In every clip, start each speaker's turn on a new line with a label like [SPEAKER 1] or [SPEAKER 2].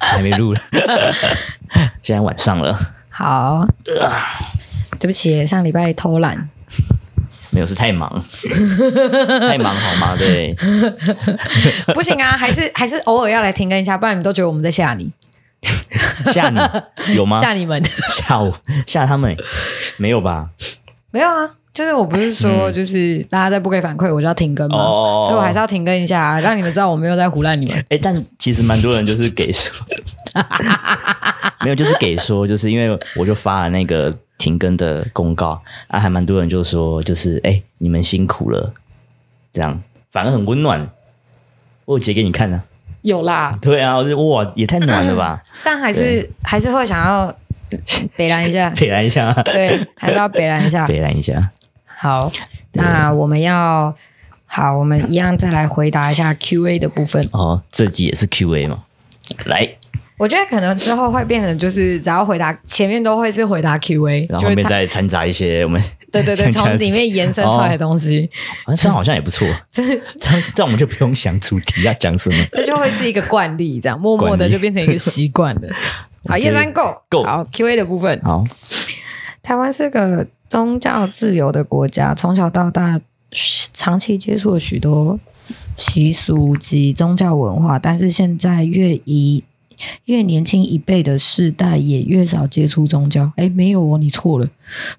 [SPEAKER 1] 还没录了，现在晚上了，
[SPEAKER 2] 好，对不起，上礼拜 偷懒，
[SPEAKER 1] 没有是太 忙，太忙好吗？对，
[SPEAKER 2] 不行啊，还是还是偶尔要来停更一下，不然你们都觉得我们在吓你，
[SPEAKER 1] 吓你有吗？
[SPEAKER 2] 吓你们。
[SPEAKER 1] 吓我吓他们没有吧？
[SPEAKER 2] 没有啊，就是我不是说，就是大家再不给反馈，我就要停更嘛，
[SPEAKER 1] 嗯哦
[SPEAKER 2] 所以我还是要停更一 下、啊，让你们知道我没有在胡乱你们。
[SPEAKER 1] 哎、但是其实蛮多人就是给 说，没有，就是给说，就是因为我就发了那个停更的公告啊，还蛮多人就说，就是哎、你们辛苦了，这样反而很温暖。我有截给你看呢、
[SPEAKER 2] 有啦
[SPEAKER 1] 啊，，对啊，我就哇，也太暖了 吧！
[SPEAKER 2] 但还是还是会想要北兰 一下，
[SPEAKER 1] 北兰一下，
[SPEAKER 2] 对，还是要北兰一下。
[SPEAKER 1] 北兰一下，
[SPEAKER 2] 好，那我们要好，我们一样再来回答一下 Q&A 的部分。
[SPEAKER 1] 哦，这集也是 Q&A 嘛，来，
[SPEAKER 2] 我觉得可能之后会变成就是只要回答前面都会是回答 Q&A，
[SPEAKER 1] 然
[SPEAKER 2] 就
[SPEAKER 1] 后后
[SPEAKER 2] 会
[SPEAKER 1] 面
[SPEAKER 2] 它
[SPEAKER 1] 再掺杂一些 我们
[SPEAKER 2] 对对
[SPEAKER 1] 像
[SPEAKER 2] 对，
[SPEAKER 1] 这
[SPEAKER 2] 从
[SPEAKER 1] 样子
[SPEAKER 2] 里面延伸出来的东西，
[SPEAKER 1] 啊，这样好像也不错，这样这样我们就不用想主题要讲什么。
[SPEAKER 2] 这就会是一个惯例，这样默默
[SPEAKER 1] 哦惯
[SPEAKER 2] 的
[SPEAKER 1] 例
[SPEAKER 2] 就变成一个习惯了。好，
[SPEAKER 1] 我觉
[SPEAKER 2] 叶
[SPEAKER 1] 得
[SPEAKER 2] 三 Go
[SPEAKER 1] Go
[SPEAKER 2] 好 Q&A 的部分，
[SPEAKER 1] 好，
[SPEAKER 2] 台湾是个宗教自由的国家，从小到大嘘长期接触了许多习俗及宗教文化，但是现在越移越年轻一辈的世代也越少接触宗教。哎，没有哦，你错了。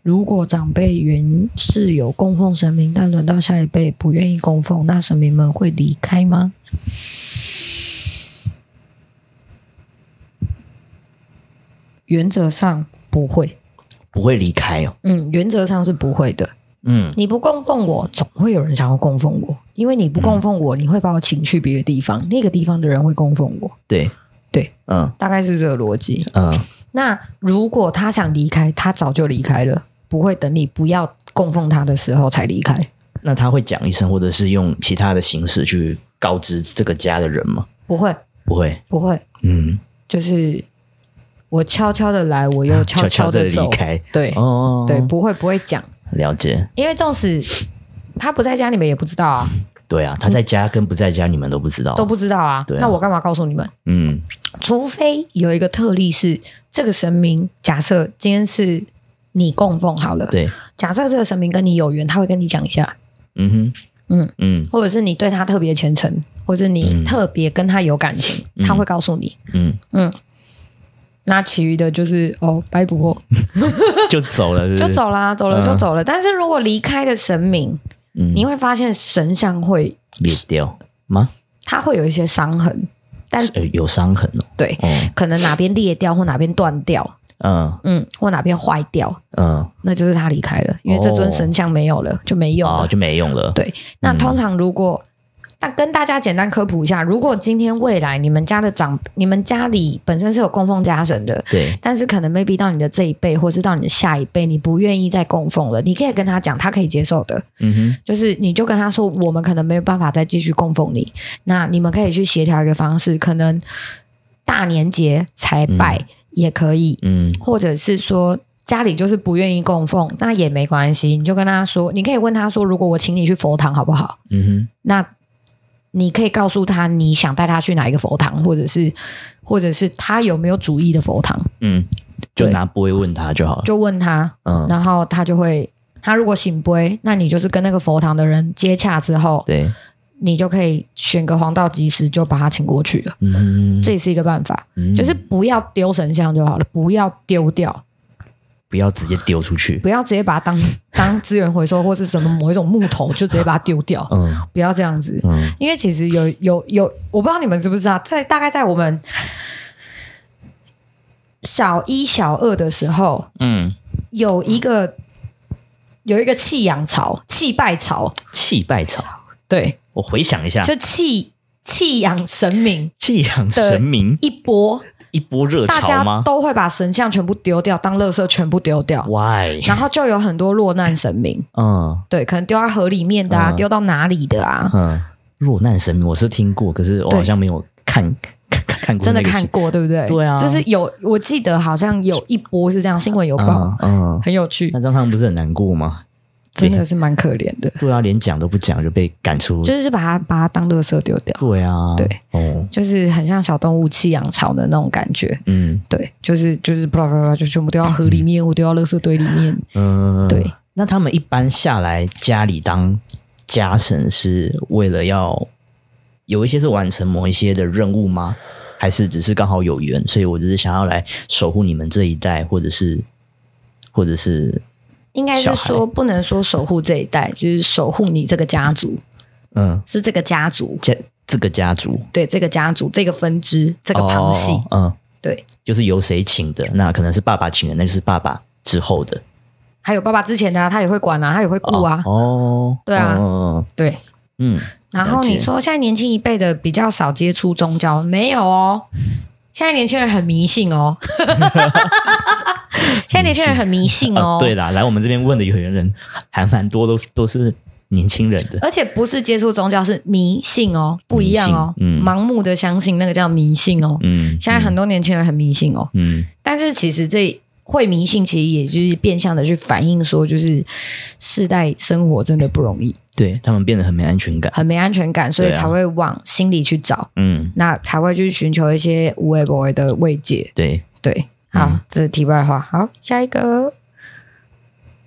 [SPEAKER 2] 如果长辈原是有供奉神明，但轮到下一辈不愿意供奉，那神明们会离开吗？原则上不会。
[SPEAKER 1] 不会离开哦，
[SPEAKER 2] 嗯，原则上是不会的。
[SPEAKER 1] 嗯，
[SPEAKER 2] 你不供奉我，总会有人想要供奉我，因为你不供奉我，你会把我请去别的地方，那个地方的人会供奉我，
[SPEAKER 1] 对，
[SPEAKER 2] 对，
[SPEAKER 1] 嗯
[SPEAKER 2] 大概是这个逻辑。
[SPEAKER 1] 嗯，
[SPEAKER 2] 那如果他想离开，他早就离开了，不会等你不要供奉他的时候才离开，
[SPEAKER 1] 那他会讲一声，或者是用其他的形式去告知这个家的人吗？
[SPEAKER 2] 不会，
[SPEAKER 1] 不会，
[SPEAKER 2] 不会，
[SPEAKER 1] 嗯，
[SPEAKER 2] 就是我悄悄的来，我又悄
[SPEAKER 1] 啊悄
[SPEAKER 2] 的
[SPEAKER 1] 的离
[SPEAKER 2] 走，
[SPEAKER 1] 开，
[SPEAKER 2] 对，
[SPEAKER 1] 哦，
[SPEAKER 2] 对，不会，不会讲，
[SPEAKER 1] 了解，
[SPEAKER 2] 因为纵使他不在家，你们也不知道啊，
[SPEAKER 1] 对啊，他在家跟不在家，你们都不知道，
[SPEAKER 2] 都不，知道啊，
[SPEAKER 1] 对啊
[SPEAKER 2] 那我干嘛告诉你们？
[SPEAKER 1] 嗯，
[SPEAKER 2] 除非有一个特例是这个神明，假设今天是你供奉好了，
[SPEAKER 1] 对，
[SPEAKER 2] 假设这个神明跟你有缘，他会跟你讲一下，
[SPEAKER 1] 嗯哼，
[SPEAKER 2] 嗯
[SPEAKER 1] 嗯
[SPEAKER 2] 或者是你对他特别虔诚，或者你
[SPEAKER 1] 嗯
[SPEAKER 2] 特别跟他有感情，
[SPEAKER 1] 嗯
[SPEAKER 2] 他会告诉你。
[SPEAKER 1] 嗯，
[SPEAKER 2] 那其余的就是哦，拜不过
[SPEAKER 1] 就走了，是不，
[SPEAKER 2] 就是走啦，走了就走了。但是如果离开的神明，
[SPEAKER 1] 嗯
[SPEAKER 2] 你会发现神像会，
[SPEAKER 1] 裂掉吗？
[SPEAKER 2] 它会有一些伤痕，但
[SPEAKER 1] 是呃有伤痕哦，
[SPEAKER 2] 对，
[SPEAKER 1] 哦，
[SPEAKER 2] 可能哪边裂掉或哪边断掉，
[SPEAKER 1] 嗯
[SPEAKER 2] 嗯，或哪边坏掉，
[SPEAKER 1] 嗯，
[SPEAKER 2] 那就是他离开了，因为这尊
[SPEAKER 1] 哦
[SPEAKER 2] 神像没有啊了，就没用了
[SPEAKER 1] 哦，。就没用了，
[SPEAKER 2] 对，那通常如果，那跟大家简单科普一下，如果今天未来你们家的长，你们家里本身是有供奉家神的，
[SPEAKER 1] 对，
[SPEAKER 2] 但是可能 maybe 到你的这一辈，或是到你的下一辈，你不愿意再供奉了，你可以跟他讲，他可以接受的，
[SPEAKER 1] 嗯哼。
[SPEAKER 2] 就是你就跟他说，我们可能没有办法再继续供奉你，那你们可以去协调一个方式，可能大年节才拜、也可以，
[SPEAKER 1] 嗯
[SPEAKER 2] 或者是说家里就是不愿意供奉，那也没关系，你就跟他说，你可以问他说，如果我请你去佛堂好不好？
[SPEAKER 1] 嗯
[SPEAKER 2] 那你可以告诉他你想带他去哪一个佛堂，或者是或者是他有没有主意的佛堂，
[SPEAKER 1] 哼，嗯，就
[SPEAKER 2] 对
[SPEAKER 1] 拿不会问他就好了。
[SPEAKER 2] 就问他，
[SPEAKER 1] 嗯，
[SPEAKER 2] 然后他就会。他如果醒不会，那你就是跟那个佛堂的人接洽之后，
[SPEAKER 1] 对，
[SPEAKER 2] 你就可以选个黄道吉时就把他请过去了。
[SPEAKER 1] 嗯，
[SPEAKER 2] 这也是一个办法，
[SPEAKER 1] 嗯
[SPEAKER 2] 就是不要丢神像就好了，不要丢掉，
[SPEAKER 1] 不要直接丢出去。
[SPEAKER 2] 不要直接把它当 当资源回收或是什么某一种木头就直接把它丢掉，
[SPEAKER 1] 嗯
[SPEAKER 2] 不要这样子。
[SPEAKER 1] 嗯，
[SPEAKER 2] 因为其实有有有，我不知道你们知不知道，在大概在我们小一小二的时候，
[SPEAKER 1] 嗯，
[SPEAKER 2] 有一个有一个弃养潮、弃拜潮，
[SPEAKER 1] 气拜草，
[SPEAKER 2] 对，
[SPEAKER 1] 啊我回想一下，
[SPEAKER 2] 就弃弃养神明
[SPEAKER 1] 弃养神明
[SPEAKER 2] 一波，
[SPEAKER 1] 一波热
[SPEAKER 2] 大
[SPEAKER 1] 潮
[SPEAKER 2] 家
[SPEAKER 1] 吗
[SPEAKER 2] 都会把神像全部丢掉，当垃圾全部丢掉，
[SPEAKER 1] ？Why？
[SPEAKER 2] 然后就有很多落难神明，
[SPEAKER 1] 嗯
[SPEAKER 2] 对，可能丢在河里面的啊，
[SPEAKER 1] 嗯
[SPEAKER 2] 丢到哪里的啊，
[SPEAKER 1] 嗯，落难神明我是听过，可是我
[SPEAKER 2] 对
[SPEAKER 1] 好像没有看看看看过
[SPEAKER 2] 真的
[SPEAKER 1] 那个
[SPEAKER 2] 看
[SPEAKER 1] 新
[SPEAKER 2] 过，对不对？
[SPEAKER 1] 对啊
[SPEAKER 2] 就是有，我记得好像有一波是这样，新闻有报
[SPEAKER 1] 嗯，嗯，
[SPEAKER 2] 很有趣
[SPEAKER 1] 那，张他们不是很难过吗？
[SPEAKER 2] 真的是蛮可怜的，
[SPEAKER 1] 对啊，连讲都不讲就被赶出，
[SPEAKER 2] 就是把它把它当垃圾丢掉，
[SPEAKER 1] 对啊，
[SPEAKER 2] 对，
[SPEAKER 1] 哦，
[SPEAKER 2] 就是很像小动物弃养潮的那种感觉。
[SPEAKER 1] 嗯
[SPEAKER 2] 对，就是就是巴拉巴拉巴拉，就全部丢到河里面，我丢到垃圾堆里面。
[SPEAKER 1] 嗯，
[SPEAKER 2] 对。
[SPEAKER 1] 那他们一般下来家里当家神是为了要有一些是完成某一些的任务吗？还是只是刚好有缘，所以我只是想要来守护你们这一代，或者是或者是
[SPEAKER 2] 应该
[SPEAKER 1] 小
[SPEAKER 2] 是
[SPEAKER 1] 孩
[SPEAKER 2] 说不能说守护这一代，就是守护你这个家族，
[SPEAKER 1] 嗯
[SPEAKER 2] 是这个家族，
[SPEAKER 1] 家这个家族
[SPEAKER 2] 对这个家族这个分支
[SPEAKER 1] 这
[SPEAKER 2] 这个旁系，
[SPEAKER 1] 嗯，
[SPEAKER 2] 对，
[SPEAKER 1] 就是由谁请的？那可能是爸爸请的，那就是爸爸之后的
[SPEAKER 2] 还有爸爸之前的、啊、他也会管啊，他也会顾啊，
[SPEAKER 1] 哦，
[SPEAKER 2] 对啊
[SPEAKER 1] 哦
[SPEAKER 2] 对。啊
[SPEAKER 1] 嗯
[SPEAKER 2] 然后你说现在年轻一辈的比较少接触宗教，没有哦。现在年轻人很迷信 哦，现在年轻人很迷信哦，
[SPEAKER 1] 啊，对啦，来我们这边问的有缘人还蛮多，都都是年轻人的，
[SPEAKER 2] 而且不是接触宗教，是迷信哦，不一样哦，
[SPEAKER 1] 迷信嗯
[SPEAKER 2] 盲目的相信那个叫迷信哦。
[SPEAKER 1] 嗯，
[SPEAKER 2] 现在很多年轻人很迷信哦，
[SPEAKER 1] 嗯
[SPEAKER 2] 但是其实这会迷信，其实也就是变相的去反映说，就是世代生活真的不容易，
[SPEAKER 1] 对他们变得很没安全感，
[SPEAKER 2] 很没安全感，所以
[SPEAKER 1] 对啊
[SPEAKER 2] 才会往心里去找，
[SPEAKER 1] 嗯，
[SPEAKER 2] 那才会去寻求一些无为不为的慰藉。
[SPEAKER 1] 对，
[SPEAKER 2] 对，好，
[SPEAKER 1] 嗯
[SPEAKER 2] 这是题外话。好，下一个，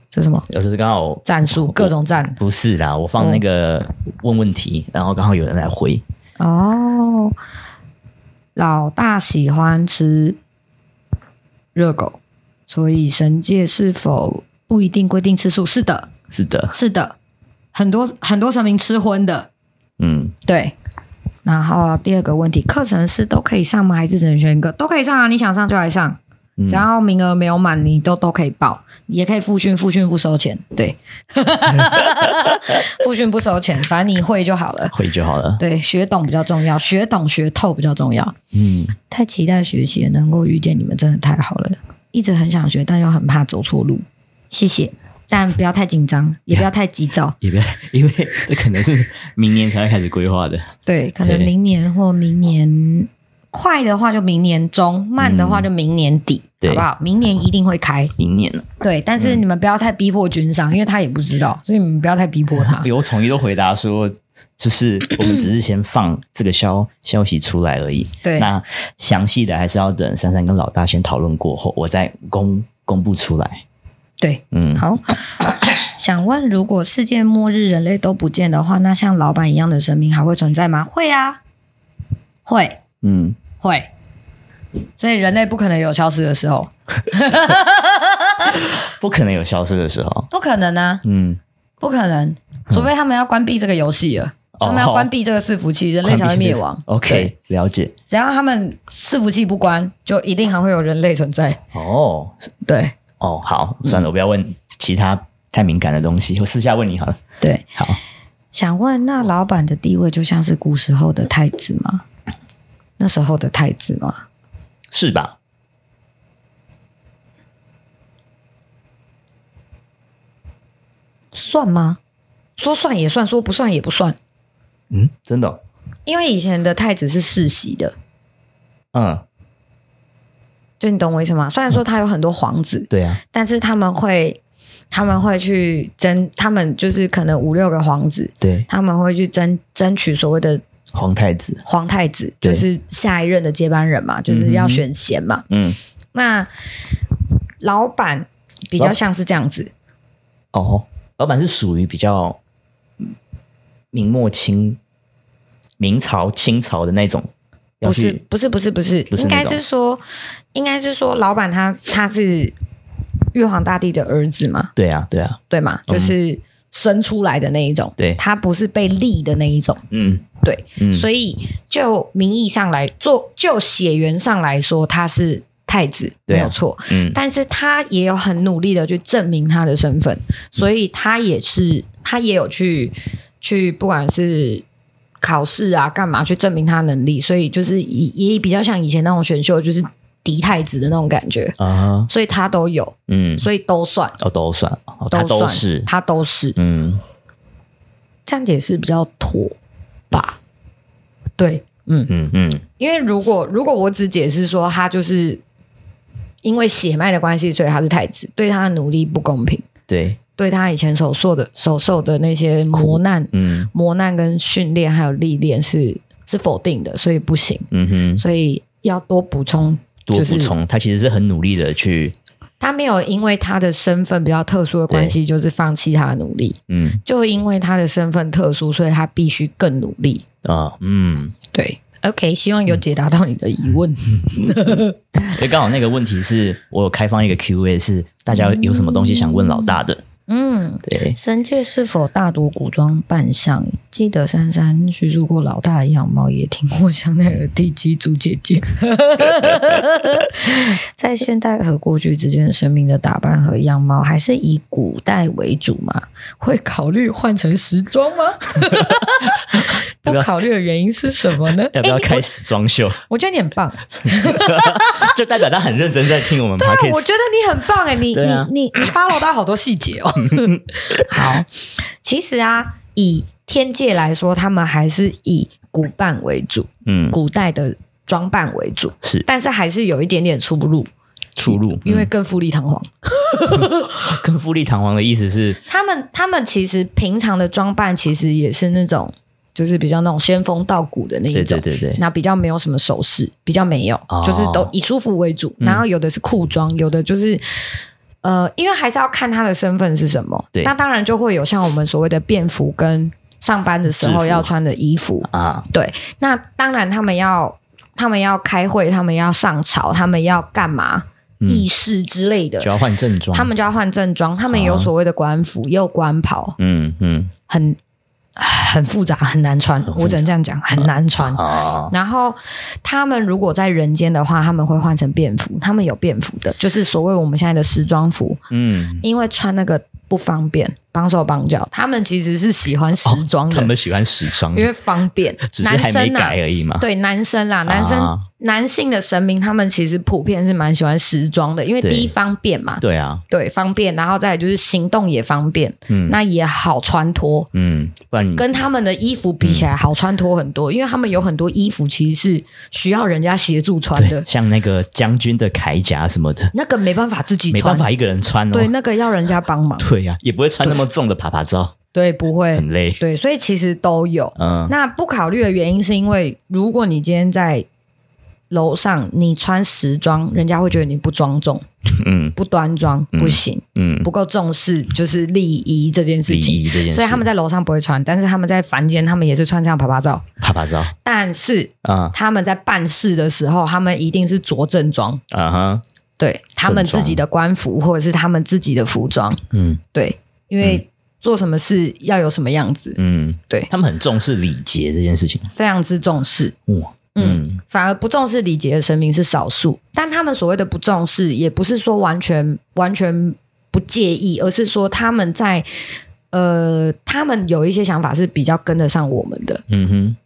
[SPEAKER 2] 这是什么？
[SPEAKER 1] 有时刚好
[SPEAKER 2] 战术，各种战
[SPEAKER 1] 不是啦，我放那个问问题，然后刚好有人来回，
[SPEAKER 2] 哦。老大喜欢吃热狗，所以神界是否不一定规定吃素？是的，
[SPEAKER 1] 是的，
[SPEAKER 2] 是的，很多很多神明吃荤的，
[SPEAKER 1] 嗯，
[SPEAKER 2] 对。然后第二个问题，课程是都可以上吗？还是只能选一个？都可以上啊，你想上就来上，
[SPEAKER 1] 嗯
[SPEAKER 2] 只要名额没有满，你都都可以报，也可以复训，复训不收钱，对，复训不收钱，反正你会就好了。
[SPEAKER 1] 会就好了，
[SPEAKER 2] 对，学懂比较重要，学懂学透比较重要。
[SPEAKER 1] 嗯，
[SPEAKER 2] 太期待学习了，能够遇见你们真的太好了，一直很想学，但又很怕走错路。谢谢，但不要太紧张，也不要太急躁。
[SPEAKER 1] 因为因为这可能是明年才会开始规划的，
[SPEAKER 2] 对，可能
[SPEAKER 1] 对
[SPEAKER 2] 明年或明年快的话就明年中，慢的话就明年底，
[SPEAKER 1] 嗯对
[SPEAKER 2] 好不好？明年一定会开。
[SPEAKER 1] 明年啊了。
[SPEAKER 2] 对，但是你们不要太逼迫君
[SPEAKER 1] 嗯
[SPEAKER 2] 上，因为他也不知道，所以你们不要太逼 迫他。
[SPEAKER 1] 有统一都回答说，就是我们只是先放这个消消息出来而已。
[SPEAKER 2] 对
[SPEAKER 1] 那详细的还是要等珊珊跟老大先讨论过后，我再公公布出来。
[SPEAKER 2] 对，
[SPEAKER 1] 嗯，
[SPEAKER 2] 好，想问，如果世界末日人类都不见的话，那像老板一样的神明还会存在吗？会啊，会
[SPEAKER 1] 嗯，
[SPEAKER 2] 会。所以人类不可能有消失的时候，
[SPEAKER 1] 不可能有消失的时候。
[SPEAKER 2] 不可能啊，
[SPEAKER 1] 嗯，
[SPEAKER 2] 不可能，除非他们要关闭这个游戏了，他们要
[SPEAKER 1] 哦
[SPEAKER 2] 关闭这个伺服器，人类才会灭亡。对
[SPEAKER 1] OK，了解。
[SPEAKER 2] 只要他们伺服器不关，就一定还会有人类存在。
[SPEAKER 1] 哦
[SPEAKER 2] 对
[SPEAKER 1] 哦，好，
[SPEAKER 2] 嗯
[SPEAKER 1] 算了，我不要问其他太敏感的东西，我私下问你好了。
[SPEAKER 2] 对，
[SPEAKER 1] 好，
[SPEAKER 2] 想问，那老板的地位就像是古时候的太子吗？那时候的太子吗？
[SPEAKER 1] 是吧？
[SPEAKER 2] 算吗？说算也算，说不算也不算，
[SPEAKER 1] 嗯，真的哦、
[SPEAKER 2] 因为以前的太子是世袭的，
[SPEAKER 1] 嗯，
[SPEAKER 2] 就你懂我意思吗？虽然说他有很多皇子，
[SPEAKER 1] 对啊，
[SPEAKER 2] 但是他们会他们会去争，他们就是可能五六个皇子，
[SPEAKER 1] 对，
[SPEAKER 2] 他们会去争争取所谓的
[SPEAKER 1] 皇太子。
[SPEAKER 2] 皇太子，就
[SPEAKER 1] 对
[SPEAKER 2] 是下一任的接班人嘛，就是要选贤嘛。
[SPEAKER 1] 嗯，
[SPEAKER 2] 那老板比较像是这样子，
[SPEAKER 1] 哦，老板是属于比较嗯明末清、明朝、清朝的那种，要
[SPEAKER 2] 不是
[SPEAKER 1] 去
[SPEAKER 2] 不是不是不是，
[SPEAKER 1] 不是
[SPEAKER 2] 应
[SPEAKER 1] 那
[SPEAKER 2] 该
[SPEAKER 1] 种
[SPEAKER 2] 是说，应该是说，老板他他是玉皇大帝的儿子嘛，
[SPEAKER 1] 对啊，对啊，
[SPEAKER 2] 对吗？就是生出来的那一种，
[SPEAKER 1] 对
[SPEAKER 2] 他不是被立的那一种，
[SPEAKER 1] 嗯
[SPEAKER 2] 对。
[SPEAKER 1] 嗯，
[SPEAKER 2] 所以就名义上来做，就血缘上来说，他是太子
[SPEAKER 1] 对啊
[SPEAKER 2] 没有错，
[SPEAKER 1] 嗯
[SPEAKER 2] 但是他也有很努力的去证明他的身份，所以他也是他也有去去不管是考试啊，干嘛去证明他能力，所以就是也也比较像以前那种选秀，就是敌太子的那种感觉，
[SPEAKER 1] 啊，
[SPEAKER 2] 所以他都有，
[SPEAKER 1] 嗯，
[SPEAKER 2] 所以都算，
[SPEAKER 1] 哦都算，哦他
[SPEAKER 2] 算，
[SPEAKER 1] 都是，
[SPEAKER 2] 他都是，
[SPEAKER 1] 嗯，
[SPEAKER 2] 这样解释比较妥吧？对，嗯，
[SPEAKER 1] 嗯嗯
[SPEAKER 2] 因为如果如果我只解释说他就是因为血脉的关系，所以他是太子，对他的努力不公平，
[SPEAKER 1] 对，
[SPEAKER 2] 对他以前所受的所受的那些磨难、
[SPEAKER 1] 嗯
[SPEAKER 2] 磨难跟训练还有历练是是否定的，所以不行，
[SPEAKER 1] 嗯哼，
[SPEAKER 2] 所以要多补充。
[SPEAKER 1] 多
[SPEAKER 2] 就
[SPEAKER 1] 补
[SPEAKER 2] 是
[SPEAKER 1] 充，他其实是很努力的去，
[SPEAKER 2] 他没有因为他的身份比较特殊的关系，就是放弃他的努力，
[SPEAKER 1] 嗯
[SPEAKER 2] 就因为他的身份特殊，所以他必须更努力。
[SPEAKER 1] 啊嗯，
[SPEAKER 2] 对，OK，希望有解答到你的疑问。
[SPEAKER 1] 因为刚好那个问题是我有开放一个 Q&A，是大家有什么东西想问老大的？
[SPEAKER 2] 嗯，
[SPEAKER 1] 对，
[SPEAKER 2] 神界是否大读古装扮相？记得珊珊叙述过老大的样貌，也听过香奈儿第七组姐姐。 在现代和过去之间，神明的打扮和样貌还是以古代为主吗？会考虑换成时装 吗？不考虑的原因是什么呢？
[SPEAKER 1] 要不要开始装修？
[SPEAKER 2] 我觉得你很棒，
[SPEAKER 1] 就代表他很认真在听我们 p o d
[SPEAKER 2] 我
[SPEAKER 1] c
[SPEAKER 2] 觉得你很棒哎，你、
[SPEAKER 1] 对啊
[SPEAKER 2] 你你你 follow 到好多细节哦。 好，其实啊，以天界来说，他们还是以古扮为主，
[SPEAKER 1] 嗯，
[SPEAKER 2] 古代的装扮为主，
[SPEAKER 1] 是嗯
[SPEAKER 2] 但是还是有一点点出入，
[SPEAKER 1] 出入，
[SPEAKER 2] 因为
[SPEAKER 1] 嗯
[SPEAKER 2] 更富丽堂皇。
[SPEAKER 1] 跟富丽堂皇的意思是，
[SPEAKER 2] 他们他们其实平常的装扮其实也是那种，就是比较那种仙风道骨的那一
[SPEAKER 1] 对
[SPEAKER 2] 种
[SPEAKER 1] 对。对对，
[SPEAKER 2] 那比较没有什么首饰，比较没有，
[SPEAKER 1] 哦嗯
[SPEAKER 2] 就是都以舒服为主。然后有的是裤装，有的就是呃，因为还是要看他的身份是什么。
[SPEAKER 1] 对
[SPEAKER 2] 那当然就会有像我们所谓的便服跟上班的时
[SPEAKER 1] 制
[SPEAKER 2] 候
[SPEAKER 1] 服
[SPEAKER 2] 要穿的衣服。
[SPEAKER 1] 啊，
[SPEAKER 2] 对，那当然他们要他们要开会，他们要上朝，他们要干嘛？
[SPEAKER 1] 嗯
[SPEAKER 2] 议事之类的
[SPEAKER 1] 就，要换正装，
[SPEAKER 2] 他们就要换正装，他们有
[SPEAKER 1] 啊
[SPEAKER 2] 所谓的官服，也有官袍，
[SPEAKER 1] 嗯嗯
[SPEAKER 2] 很很复杂，很难穿。
[SPEAKER 1] 复杂
[SPEAKER 2] 我只能这样讲，很难穿。
[SPEAKER 1] 啊，
[SPEAKER 2] 然后他们如果在人间的话，他们会换成便服，他们有便服的，就是所谓我们现在的时装服，
[SPEAKER 1] 嗯，
[SPEAKER 2] 因为穿那个不方便，绑手绑脚，他们其实是喜欢时装的，
[SPEAKER 1] 哦他们喜欢时装，
[SPEAKER 2] 因为方便。
[SPEAKER 1] 只是
[SPEAKER 2] 男
[SPEAKER 1] 还没
[SPEAKER 2] 生啊
[SPEAKER 1] 改，而已嘛，
[SPEAKER 2] 对男生啦，男生、
[SPEAKER 1] 啊
[SPEAKER 2] 男性的神明，他们其实普遍是蛮喜欢时装的，因为
[SPEAKER 1] 对
[SPEAKER 2] 第一方便嘛，
[SPEAKER 1] 对啊，
[SPEAKER 2] 对方便，然后再来就是行动也方便，
[SPEAKER 1] 嗯
[SPEAKER 2] 那也好穿脱。
[SPEAKER 1] 嗯，不然你
[SPEAKER 2] 跟他们的衣服比起来，好穿脱很多，因为他们有很多衣服其实是需要人家协助穿
[SPEAKER 1] 对
[SPEAKER 2] 的，
[SPEAKER 1] 像那个将军的铠甲什么的，
[SPEAKER 2] 那个没办法自己
[SPEAKER 1] 没
[SPEAKER 2] 穿，
[SPEAKER 1] 办法一个人穿哦，
[SPEAKER 2] 对，那个要人家帮忙，
[SPEAKER 1] 对呀，也不会穿那么重的爬爬照，
[SPEAKER 2] 对，不会
[SPEAKER 1] 很，累，
[SPEAKER 2] 对，所以其实都有。
[SPEAKER 1] 嗯
[SPEAKER 2] 那不考虑的原因是因为，如果你今天在楼上你穿时装，人家会觉得你不庄重、
[SPEAKER 1] 嗯
[SPEAKER 2] 不端庄，不行，
[SPEAKER 1] 嗯，
[SPEAKER 2] 不够重视就是礼仪这件事
[SPEAKER 1] 礼
[SPEAKER 2] 情。
[SPEAKER 1] 仪这件事，
[SPEAKER 2] 所以他们在楼上不会穿，但是他们在凡间，他们也是穿这样爬爬照。
[SPEAKER 1] 爬爬照，
[SPEAKER 2] 但是
[SPEAKER 1] 啊
[SPEAKER 2] 他们在办事的时候，他们一定是着正装，
[SPEAKER 1] 啊哈，
[SPEAKER 2] 对他们
[SPEAKER 1] 正装
[SPEAKER 2] 自己的官服或者是他们自己的服装，
[SPEAKER 1] 嗯
[SPEAKER 2] 对，因为做什么事要有什么样子，
[SPEAKER 1] 嗯，
[SPEAKER 2] 对
[SPEAKER 1] 他们很重视礼节这件事情，
[SPEAKER 2] 非常之重视。
[SPEAKER 1] 哇，
[SPEAKER 2] 嗯，
[SPEAKER 1] 嗯
[SPEAKER 2] 反而不重视礼节的神明是少数，但他们所谓的不重视，也不是说完全完全不介意，而是说他们在呃，他们有一些想法是比较跟得上我们的，
[SPEAKER 1] 嗯哼。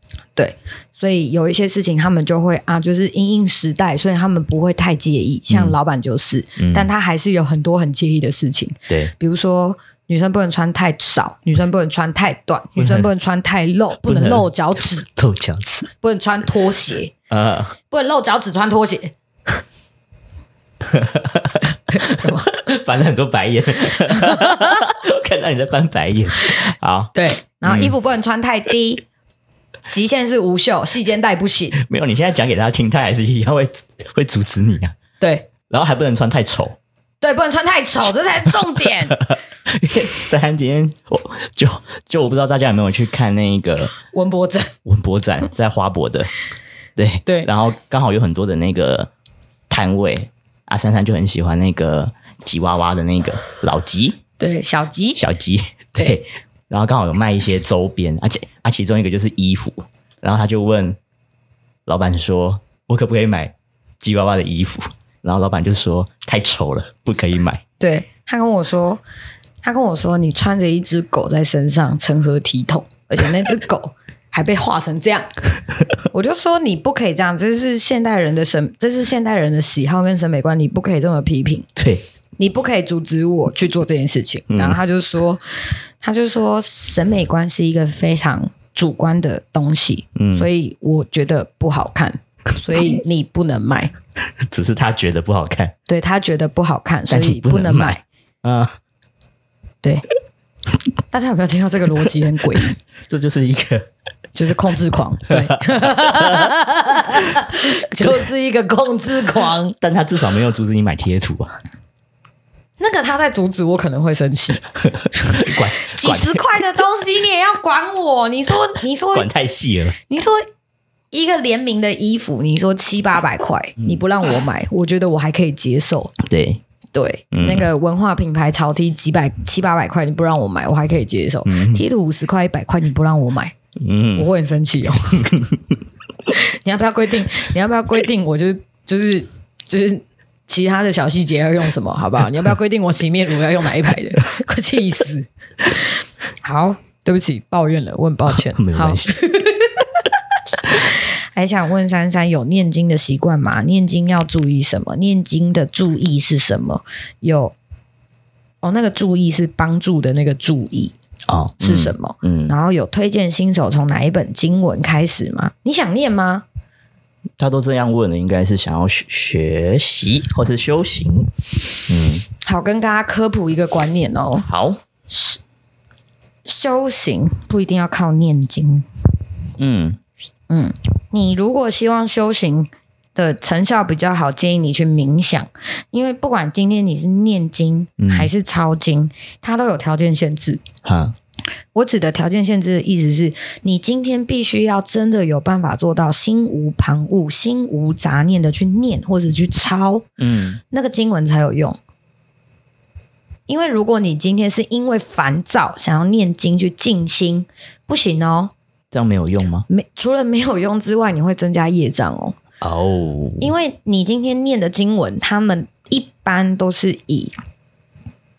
[SPEAKER 2] 所以有一些事情他们就会啊，就是因应时代，所以他们不会太介意。像老板就是，
[SPEAKER 1] 嗯
[SPEAKER 2] 但他还是有很多很介意的事情，
[SPEAKER 1] 对，
[SPEAKER 2] 比如说女生不能穿太少，女生不能穿太 短，女生不能穿太露，不能
[SPEAKER 1] 不能
[SPEAKER 2] 露脚趾，
[SPEAKER 1] 露脚趾，
[SPEAKER 2] 不能穿拖鞋，
[SPEAKER 1] 呃，
[SPEAKER 2] 不能露脚趾穿拖鞋。
[SPEAKER 1] 翻了很多白眼，看到你在翻白眼。好，
[SPEAKER 2] 对，然后衣服不能穿太低，极限是无袖，细肩带不行。
[SPEAKER 1] 没有，你现在讲给他听，他还是一样会 会阻止你啊。
[SPEAKER 2] 对
[SPEAKER 1] 然后还不能穿太丑，
[SPEAKER 2] 对，不能穿太丑，这才是重点。
[SPEAKER 1] 因为在韩今天，我就就我不知道大家有没有去看那个
[SPEAKER 2] 文博正，
[SPEAKER 1] 文博展，在花博的，对
[SPEAKER 2] 对
[SPEAKER 1] 然后刚好有很多的那个摊位，阿珊珊就很喜欢那个吉娃娃的那个老吉，
[SPEAKER 2] 对小吉，
[SPEAKER 1] 小鸡， 对，然后刚好有卖一些周边，而且啊，其中一个就是衣服，然后他就问老板说：“我可不可以买吉娃娃的衣服？”然后老板就说：“太丑了，不可以买。
[SPEAKER 2] 对他跟我说，他跟我说，你穿着一只狗在身上，成何体统？而且那只狗还被画成这样。我就说你不可以这样，这是现代人的审，这是现代人的喜好跟审美观，你不可以这么批评。
[SPEAKER 1] 对，
[SPEAKER 2] 你不可以阻止我去做这件事情。
[SPEAKER 1] 嗯
[SPEAKER 2] 然后他就说，他就说审美观是一个非常主观的东西，
[SPEAKER 1] 嗯
[SPEAKER 2] 所以我觉得不好 看，所以你不能买。
[SPEAKER 1] 只是他觉得不好看
[SPEAKER 2] 对他觉得不好看，所
[SPEAKER 1] 但
[SPEAKER 2] 以
[SPEAKER 1] 你不能
[SPEAKER 2] 能
[SPEAKER 1] 买。啊，
[SPEAKER 2] 对，大家有没有听到这个逻辑很诡 异？
[SPEAKER 1] 这就是一个
[SPEAKER 2] 就是控制狂， 对，就是一个控制狂。
[SPEAKER 1] 但他至少没有阻止你买贴图啊，
[SPEAKER 2] 那个他在阻止我，可能会生气。
[SPEAKER 1] 管
[SPEAKER 2] 几
[SPEAKER 1] 管
[SPEAKER 2] 十块的东西你也要管我？你说，你说
[SPEAKER 1] 管太细了，
[SPEAKER 2] 你说一个联名的衣服，你说七八百块，你不让我买，我觉得我还可以接受。
[SPEAKER 1] 对，
[SPEAKER 2] 嗯对，
[SPEAKER 1] 嗯
[SPEAKER 2] 那个文化品牌潮 T 几百七八百块，你不让我买，我还可以接受。T 图五十块一百块，你不让我买，我
[SPEAKER 1] 嗯，
[SPEAKER 2] 会很生 气哦。你要不要规定？你要不要规定？我就就是就是其他的小细节要用什么，好不好？你要不要规定我洗面乳要用哪一排 的？快气死！好，对不起，抱怨了，我很抱歉
[SPEAKER 1] 。没
[SPEAKER 2] 好
[SPEAKER 1] 关。系，
[SPEAKER 2] 还想问珊珊有念经的习惯吗？念经要注意什么？念经的注意是什么？有哦，那个注意是帮助的那个注意
[SPEAKER 1] 哦，
[SPEAKER 2] 是
[SPEAKER 1] 嗯
[SPEAKER 2] 什么？
[SPEAKER 1] 嗯，
[SPEAKER 2] 然后有推荐新手从哪一本经文开始吗？你想念吗？
[SPEAKER 1] 他都这样问了，应该是想要学学习或是修行。
[SPEAKER 2] 好，跟大家科普一个观念哦，
[SPEAKER 1] 好，
[SPEAKER 2] 修行不一定要靠念经。
[SPEAKER 1] 嗯，
[SPEAKER 2] 你如果希望修行的成效比较好，建议你去冥想，因为不管今天你是念经还是抄经，它都有条件限制。
[SPEAKER 1] 哈，
[SPEAKER 2] 我指的条件限制的意思是，你今天必须要真的有办法做到心无旁骛、心无杂念的去念或者去抄
[SPEAKER 1] 嗯，
[SPEAKER 2] 那个经文才有用。因为如果你今天是因为烦躁想要念经去静心，不行哦。
[SPEAKER 1] 这样没有用吗？
[SPEAKER 2] 没除了没有用之外，你会增加业障哦。
[SPEAKER 1] 哦，
[SPEAKER 2] 因为你今天念的经文，他们一般都是以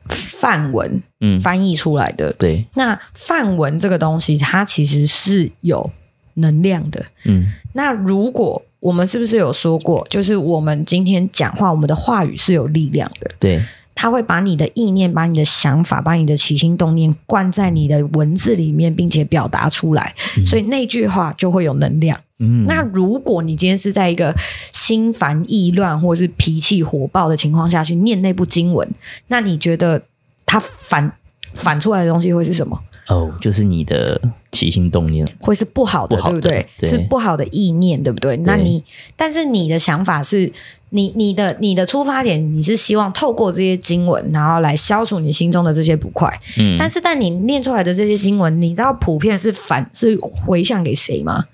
[SPEAKER 2] 梵文
[SPEAKER 1] 嗯，
[SPEAKER 2] 翻译出来的，
[SPEAKER 1] 对，
[SPEAKER 2] 那范文这个东西，它其实是有能量的。
[SPEAKER 1] 嗯，
[SPEAKER 2] 那如果我们是不是有说过，就是我们今天讲话，我们的话语是有力量的，
[SPEAKER 1] 对，
[SPEAKER 2] 它会把你的意念、把你的想法、把你的起心动念灌在你的文字里面，并且表达出来，所以那句话就会有能量。
[SPEAKER 1] 嗯，
[SPEAKER 2] 那如果你今天是在一个心烦意乱或者是脾气火爆的情况下去念那部经文，那你觉得它反反出来的东西会是什么？
[SPEAKER 1] 哦，就是你的起心动念，
[SPEAKER 2] 会是不好的，
[SPEAKER 1] 不好的
[SPEAKER 2] 对不对？
[SPEAKER 1] 对
[SPEAKER 2] 是不好的意念，对不对？那你，但是你的想法是，你你的你的出发点，你是希望透过这些经文，然后来消除你心中的这些不快。
[SPEAKER 1] 嗯
[SPEAKER 2] 但是，但你念出来的这些经文，你知道普遍是反是回向给谁吗？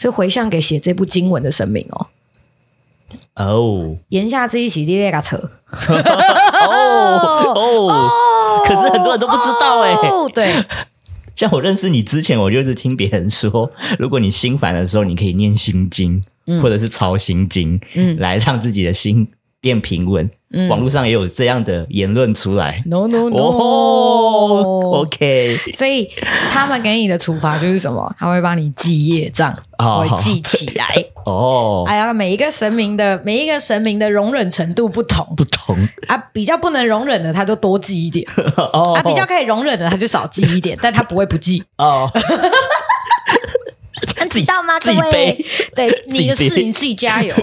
[SPEAKER 2] 是回向给写这部经文的神明哦。
[SPEAKER 1] 哦，
[SPEAKER 2] 言下之意，洗地列嘎扯
[SPEAKER 1] 哦，哦，可是很多人都不知道哎、
[SPEAKER 2] 哦， 对，
[SPEAKER 1] 像我认识你之前，我就是听别人说， 如果你心烦的时候，你可以念心经，
[SPEAKER 2] 嗯
[SPEAKER 1] 或者是抄心经，
[SPEAKER 2] 嗯
[SPEAKER 1] 来让自己的心变平稳。
[SPEAKER 2] 嗯
[SPEAKER 1] 网络上也有这样的言论出来。
[SPEAKER 2] ，no no no，
[SPEAKER 1] 哦，OK，
[SPEAKER 2] 所以他们给你的处罚就是什么？他会帮你记业障，
[SPEAKER 1] 哦
[SPEAKER 2] 会记起来。
[SPEAKER 1] 哦，
[SPEAKER 2] 哎呀，每一个神明的每一个神明的容忍程度不同
[SPEAKER 1] 不同
[SPEAKER 2] 啊，比较不能容忍的他就多记一点，
[SPEAKER 1] 哦，
[SPEAKER 2] 啊，比较可以容忍的他就少记一点，但他不会不 记。
[SPEAKER 1] 哦，
[SPEAKER 3] 知道吗？
[SPEAKER 1] 自
[SPEAKER 3] 各
[SPEAKER 1] 己
[SPEAKER 3] 位
[SPEAKER 1] 背，
[SPEAKER 2] 对你的
[SPEAKER 1] 自己
[SPEAKER 2] 事
[SPEAKER 1] 背
[SPEAKER 2] 你自己加油，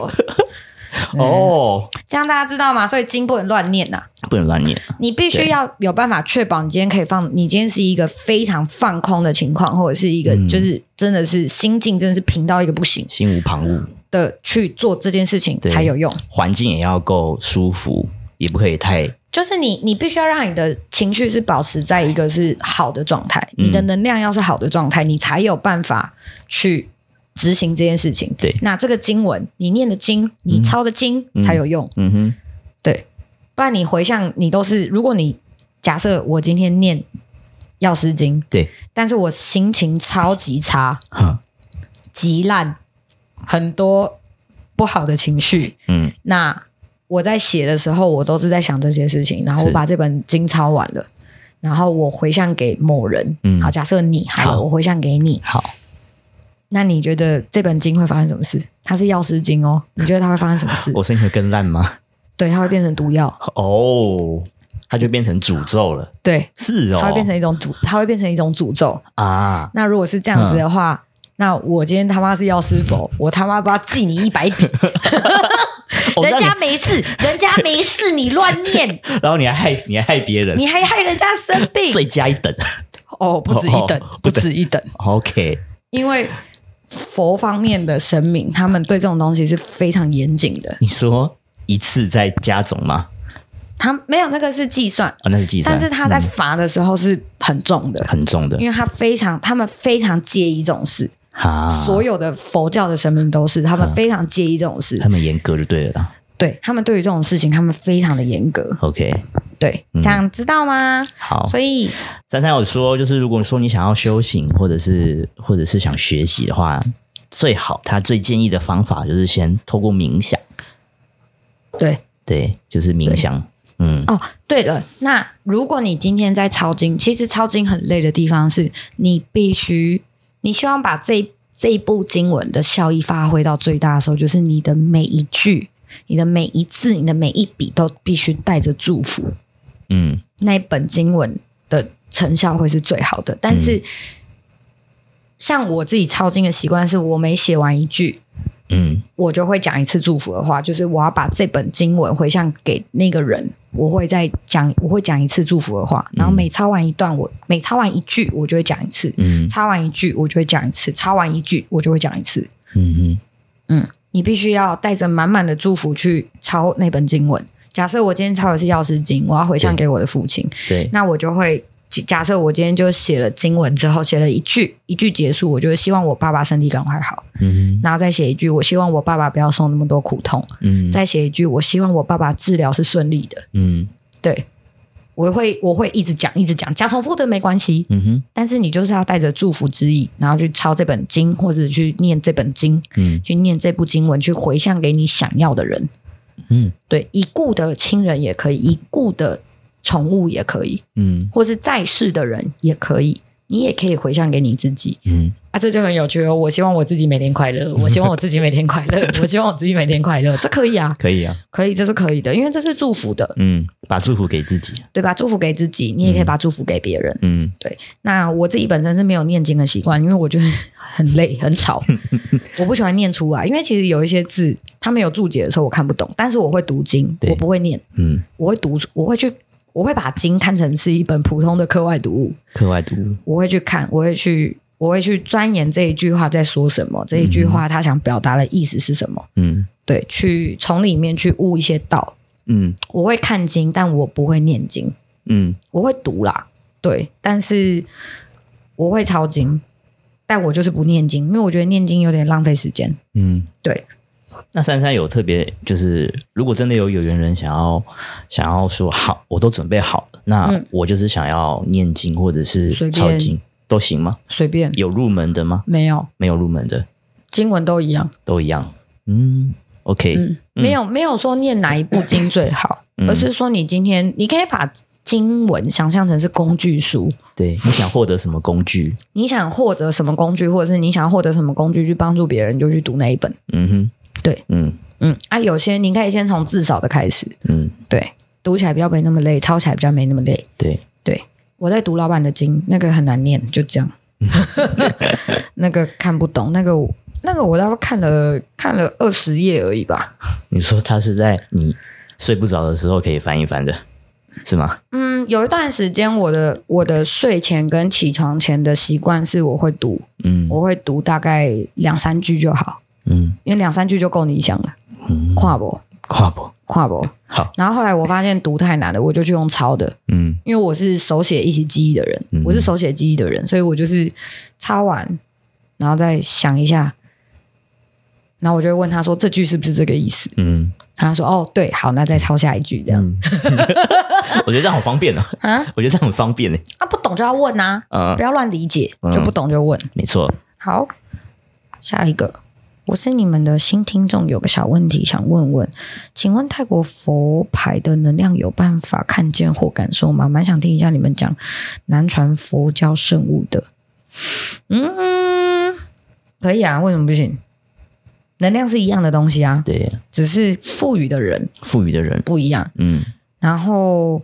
[SPEAKER 1] 哦，
[SPEAKER 2] 这样大家知道吗？所以经不能乱念呐、
[SPEAKER 1] 不能乱念。
[SPEAKER 2] 你必须
[SPEAKER 1] 对
[SPEAKER 2] 要有办法确保你今天可以放，你今天是一个非常放空的情况，或者是一个
[SPEAKER 1] 嗯
[SPEAKER 2] 就是真的是心境真的是平到一个不行
[SPEAKER 1] 心无旁骛，
[SPEAKER 2] 的去做这件事情
[SPEAKER 1] 对
[SPEAKER 2] 才有用。
[SPEAKER 1] 环境也要够舒服，也不可以太
[SPEAKER 2] 就是你，你必须要让你的情绪是保持在一个是好的状态，
[SPEAKER 1] 嗯
[SPEAKER 2] 你的能量要是好的状态，你才有办法去执行这件事情。
[SPEAKER 1] 对
[SPEAKER 2] 那这个经文，你念的经，你抄的经、才有用，
[SPEAKER 1] 嗯哼，
[SPEAKER 2] 对，不然你回向，你都是如果你假设我今天念药师经，
[SPEAKER 1] 对，
[SPEAKER 2] 但是我心情超级差，
[SPEAKER 1] 哈，
[SPEAKER 2] 极烂，很多不好的情绪，
[SPEAKER 1] 嗯
[SPEAKER 2] 那我在写的时候，我都是在想这些事情，然后我
[SPEAKER 1] 是
[SPEAKER 2] 把这本经抄完了，然后我回向给某人，
[SPEAKER 1] 嗯
[SPEAKER 2] 好，假设你好了，
[SPEAKER 1] 好
[SPEAKER 2] 我回向给你，
[SPEAKER 1] 好，
[SPEAKER 2] 那你觉得这本经会发生什么事？它是药师经哦，你觉得它会发生什么 事？
[SPEAKER 1] 我身体会更烂吗？
[SPEAKER 2] 对，它会变成毒药，
[SPEAKER 1] 哦，它就变成诅咒了，
[SPEAKER 2] 对，
[SPEAKER 1] 是哦，
[SPEAKER 2] 它会变成一种诅，它会变成一种诅咒。
[SPEAKER 1] 啊，
[SPEAKER 2] 那如果是这样子的哦话，那我今天他妈是药师佛，我他妈不要记你一百笔，
[SPEAKER 1] 哦
[SPEAKER 2] 人
[SPEAKER 1] 那
[SPEAKER 2] 家没事，人家没事，你乱念，
[SPEAKER 1] 你然后你还害你还害别人，
[SPEAKER 2] 你还害人家生
[SPEAKER 1] 罪
[SPEAKER 2] 病。
[SPEAKER 1] 加一等。
[SPEAKER 2] 哦，不止一等
[SPEAKER 1] 哦，
[SPEAKER 2] 不止一等，
[SPEAKER 1] OK，
[SPEAKER 2] 因为佛方面的神明，他们对这种东西是非常严谨的。
[SPEAKER 1] 你说一次再加总吗？
[SPEAKER 2] 他没有那个是计算，
[SPEAKER 1] 哦，那是计算，
[SPEAKER 2] 但是他在
[SPEAKER 1] 嗯
[SPEAKER 2] 罚的时候是很重的，
[SPEAKER 1] 很重的
[SPEAKER 2] 因为他非常，他们非常介意这种事。
[SPEAKER 1] 啊，
[SPEAKER 2] 所有的佛教的神明都是，他们非常介意这种事
[SPEAKER 1] 他，们严格就对了啦。
[SPEAKER 2] 对他们对于这种事情，他们非常的严格。
[SPEAKER 1] OK，
[SPEAKER 2] 对，这样知道吗？
[SPEAKER 1] 嗯好。
[SPEAKER 2] 所以
[SPEAKER 1] 珊珊有说，就是如果说你想要修行，或者是或者是想学习的话，最好他最建议的方法就是先透过冥想，
[SPEAKER 2] 对
[SPEAKER 1] 对，就是冥想，嗯，
[SPEAKER 2] 哦，对了，那如果你今天在抄经，其实抄经很累的地方是你必须，你希望把这这一部经文的效益发挥到最大的时候，就是你的每一句、你的每一字、你的每一笔都必须带着祝福，
[SPEAKER 1] 嗯，
[SPEAKER 2] 那一本经文的成效会是最好的。但是，像我自己抄经的习惯，是我每写完一句，
[SPEAKER 1] 嗯，
[SPEAKER 2] 我就会讲一次祝福的话，就是我要把这本经文回向给那个人，我会再讲，我会讲一次祝福的话，
[SPEAKER 1] 嗯
[SPEAKER 2] 然后每抄完一段，我每抄完一句，我就会讲一次，
[SPEAKER 1] 嗯，
[SPEAKER 2] 抄完一句我就会讲一次，抄完一句我就会讲一次。
[SPEAKER 1] 嗯
[SPEAKER 2] 你必须要带着满满的祝福去抄那本经文。假设我今天抄的是药师经，我要回向给我的父亲，
[SPEAKER 1] 哼，对，
[SPEAKER 2] 那我就会假设我今天就写了经文之后，写了一句一句结束，我就会希望我爸爸身体赶快好，
[SPEAKER 1] 嗯
[SPEAKER 2] 然后再写一句我希望我爸爸不要受那么多苦痛，
[SPEAKER 1] 嗯
[SPEAKER 2] 再写一句我希望我爸爸治疗是顺利的。
[SPEAKER 1] 嗯
[SPEAKER 2] 对，我会我会一直讲一直讲，讲重复的没关系，
[SPEAKER 1] 嗯哼，
[SPEAKER 2] 但是你就是要带着祝福之意，然后去抄这本经或者去念这本经，
[SPEAKER 1] 嗯
[SPEAKER 2] 去念这部经文，去回向给你想要的人。
[SPEAKER 1] 嗯
[SPEAKER 2] 对，已故的亲人也可以，已故的宠物也可以。
[SPEAKER 1] 嗯
[SPEAKER 2] 或是在世的人也可以，你也可以回向给你自己
[SPEAKER 1] 嗯，
[SPEAKER 2] 啊，这就很有趣哦。我希望我自己每天快乐，我希望我自己每天快乐， 我希望我自己每天快乐，这可以啊，
[SPEAKER 1] 可以啊，
[SPEAKER 2] 可以，这是可以的，因为这是祝福的，
[SPEAKER 1] 嗯，把祝福给自己，
[SPEAKER 2] 对吧？祝福给自己，你也可以把祝福给别人。
[SPEAKER 1] 嗯，
[SPEAKER 2] 那我自己本身是没有念经的习惯，因为我觉得很累、很吵，我不喜欢念出来，因为其实有一些字他们有注解的时候我看不懂，但是我会读经，
[SPEAKER 1] 对
[SPEAKER 2] 我不会念，
[SPEAKER 1] 嗯，
[SPEAKER 2] 我会读，我会去。我会把经看成是一本普通的课外读物，
[SPEAKER 1] 课外读物，
[SPEAKER 2] 我会去看，我会去，我会去钻研这一句话在说什么，这一句话他想表达的意思是什么。
[SPEAKER 1] 嗯
[SPEAKER 2] 对，去从里面去悟一些道。
[SPEAKER 1] 嗯
[SPEAKER 2] 我会看经，但我不会念经，
[SPEAKER 1] 嗯
[SPEAKER 2] 我会读啦，对，但是我会抄经，但我就是不念经，因为我觉得念经有点浪费时间。
[SPEAKER 1] 嗯，
[SPEAKER 2] 对。
[SPEAKER 1] 那珊珊有特别，就是如果真的有有缘人想要想要说好，我都准备好了，那
[SPEAKER 2] 嗯
[SPEAKER 1] 我就是想要念经或者是
[SPEAKER 2] 随便
[SPEAKER 1] 抄经都行吗？
[SPEAKER 2] 随便，
[SPEAKER 1] 有入门的吗？
[SPEAKER 2] 没有
[SPEAKER 1] 没有入门的
[SPEAKER 2] 经文都一样，
[SPEAKER 1] 都一样。嗯，OK，
[SPEAKER 2] 嗯，没有没有说念哪一部经最好，
[SPEAKER 1] 嗯
[SPEAKER 2] 而是说你今天你可以把经文想象成是工具书，
[SPEAKER 1] 对，你想获得什么工具？
[SPEAKER 2] 你想获得什么工具，或者是你想要获得什么工具去帮助别人，你就去读那一本。
[SPEAKER 1] 嗯哼，
[SPEAKER 2] 对，
[SPEAKER 1] 嗯
[SPEAKER 2] 嗯，啊，有些你可以先从至少的开始，
[SPEAKER 1] 嗯，
[SPEAKER 2] 对，读起来比较没那么累，抄起来比较没那么累。
[SPEAKER 1] 对，
[SPEAKER 2] 对我在读老板的经，那个很难念，就这样，那个看不懂，那个我那个我大概看了看了二十页而已吧。
[SPEAKER 1] 你说他是在你睡不着的时候可以翻一翻的，是吗？
[SPEAKER 2] 嗯，有一段时间我的我的睡前跟起床前的习惯是我会读，
[SPEAKER 1] 嗯
[SPEAKER 2] 我会读大概两三句就好，
[SPEAKER 1] 嗯
[SPEAKER 2] 因为两三句就够理想了，
[SPEAKER 1] 嗯，
[SPEAKER 2] 跨博。
[SPEAKER 1] 跨步，
[SPEAKER 2] 跨博。
[SPEAKER 1] 好，
[SPEAKER 2] 然后后来我发现读太难了，我就去用抄的，
[SPEAKER 1] 嗯
[SPEAKER 2] 因为我是手写一起记忆的人，
[SPEAKER 1] 嗯
[SPEAKER 2] 我是手写记忆的人，所以我就是抄完，然后再想一下，然后我就会问他说这句是不是这个意思？
[SPEAKER 1] 嗯，
[SPEAKER 2] 他说哦对，好，那再抄下一句这样、
[SPEAKER 1] 我觉得这样好方便哦，
[SPEAKER 2] 啊
[SPEAKER 1] 我觉得这样很方便欸呢。
[SPEAKER 2] 啊，不懂就要问啊，
[SPEAKER 1] 嗯
[SPEAKER 2] 不，要乱理解，
[SPEAKER 1] 嗯
[SPEAKER 2] 就不懂就问。
[SPEAKER 1] 没错，
[SPEAKER 2] 好，下一个，我是你们的新听众，有个小问题想问问，请问泰国佛牌的能量有办法看见或感受吗？蛮想听一下你们讲南传佛教圣物的。嗯，可以啊，为什么不行？能量是一样的东西啊，
[SPEAKER 1] 对，
[SPEAKER 2] 只是赋予的人
[SPEAKER 1] 富裕的人，
[SPEAKER 2] 不一样。
[SPEAKER 1] 嗯，
[SPEAKER 2] 然后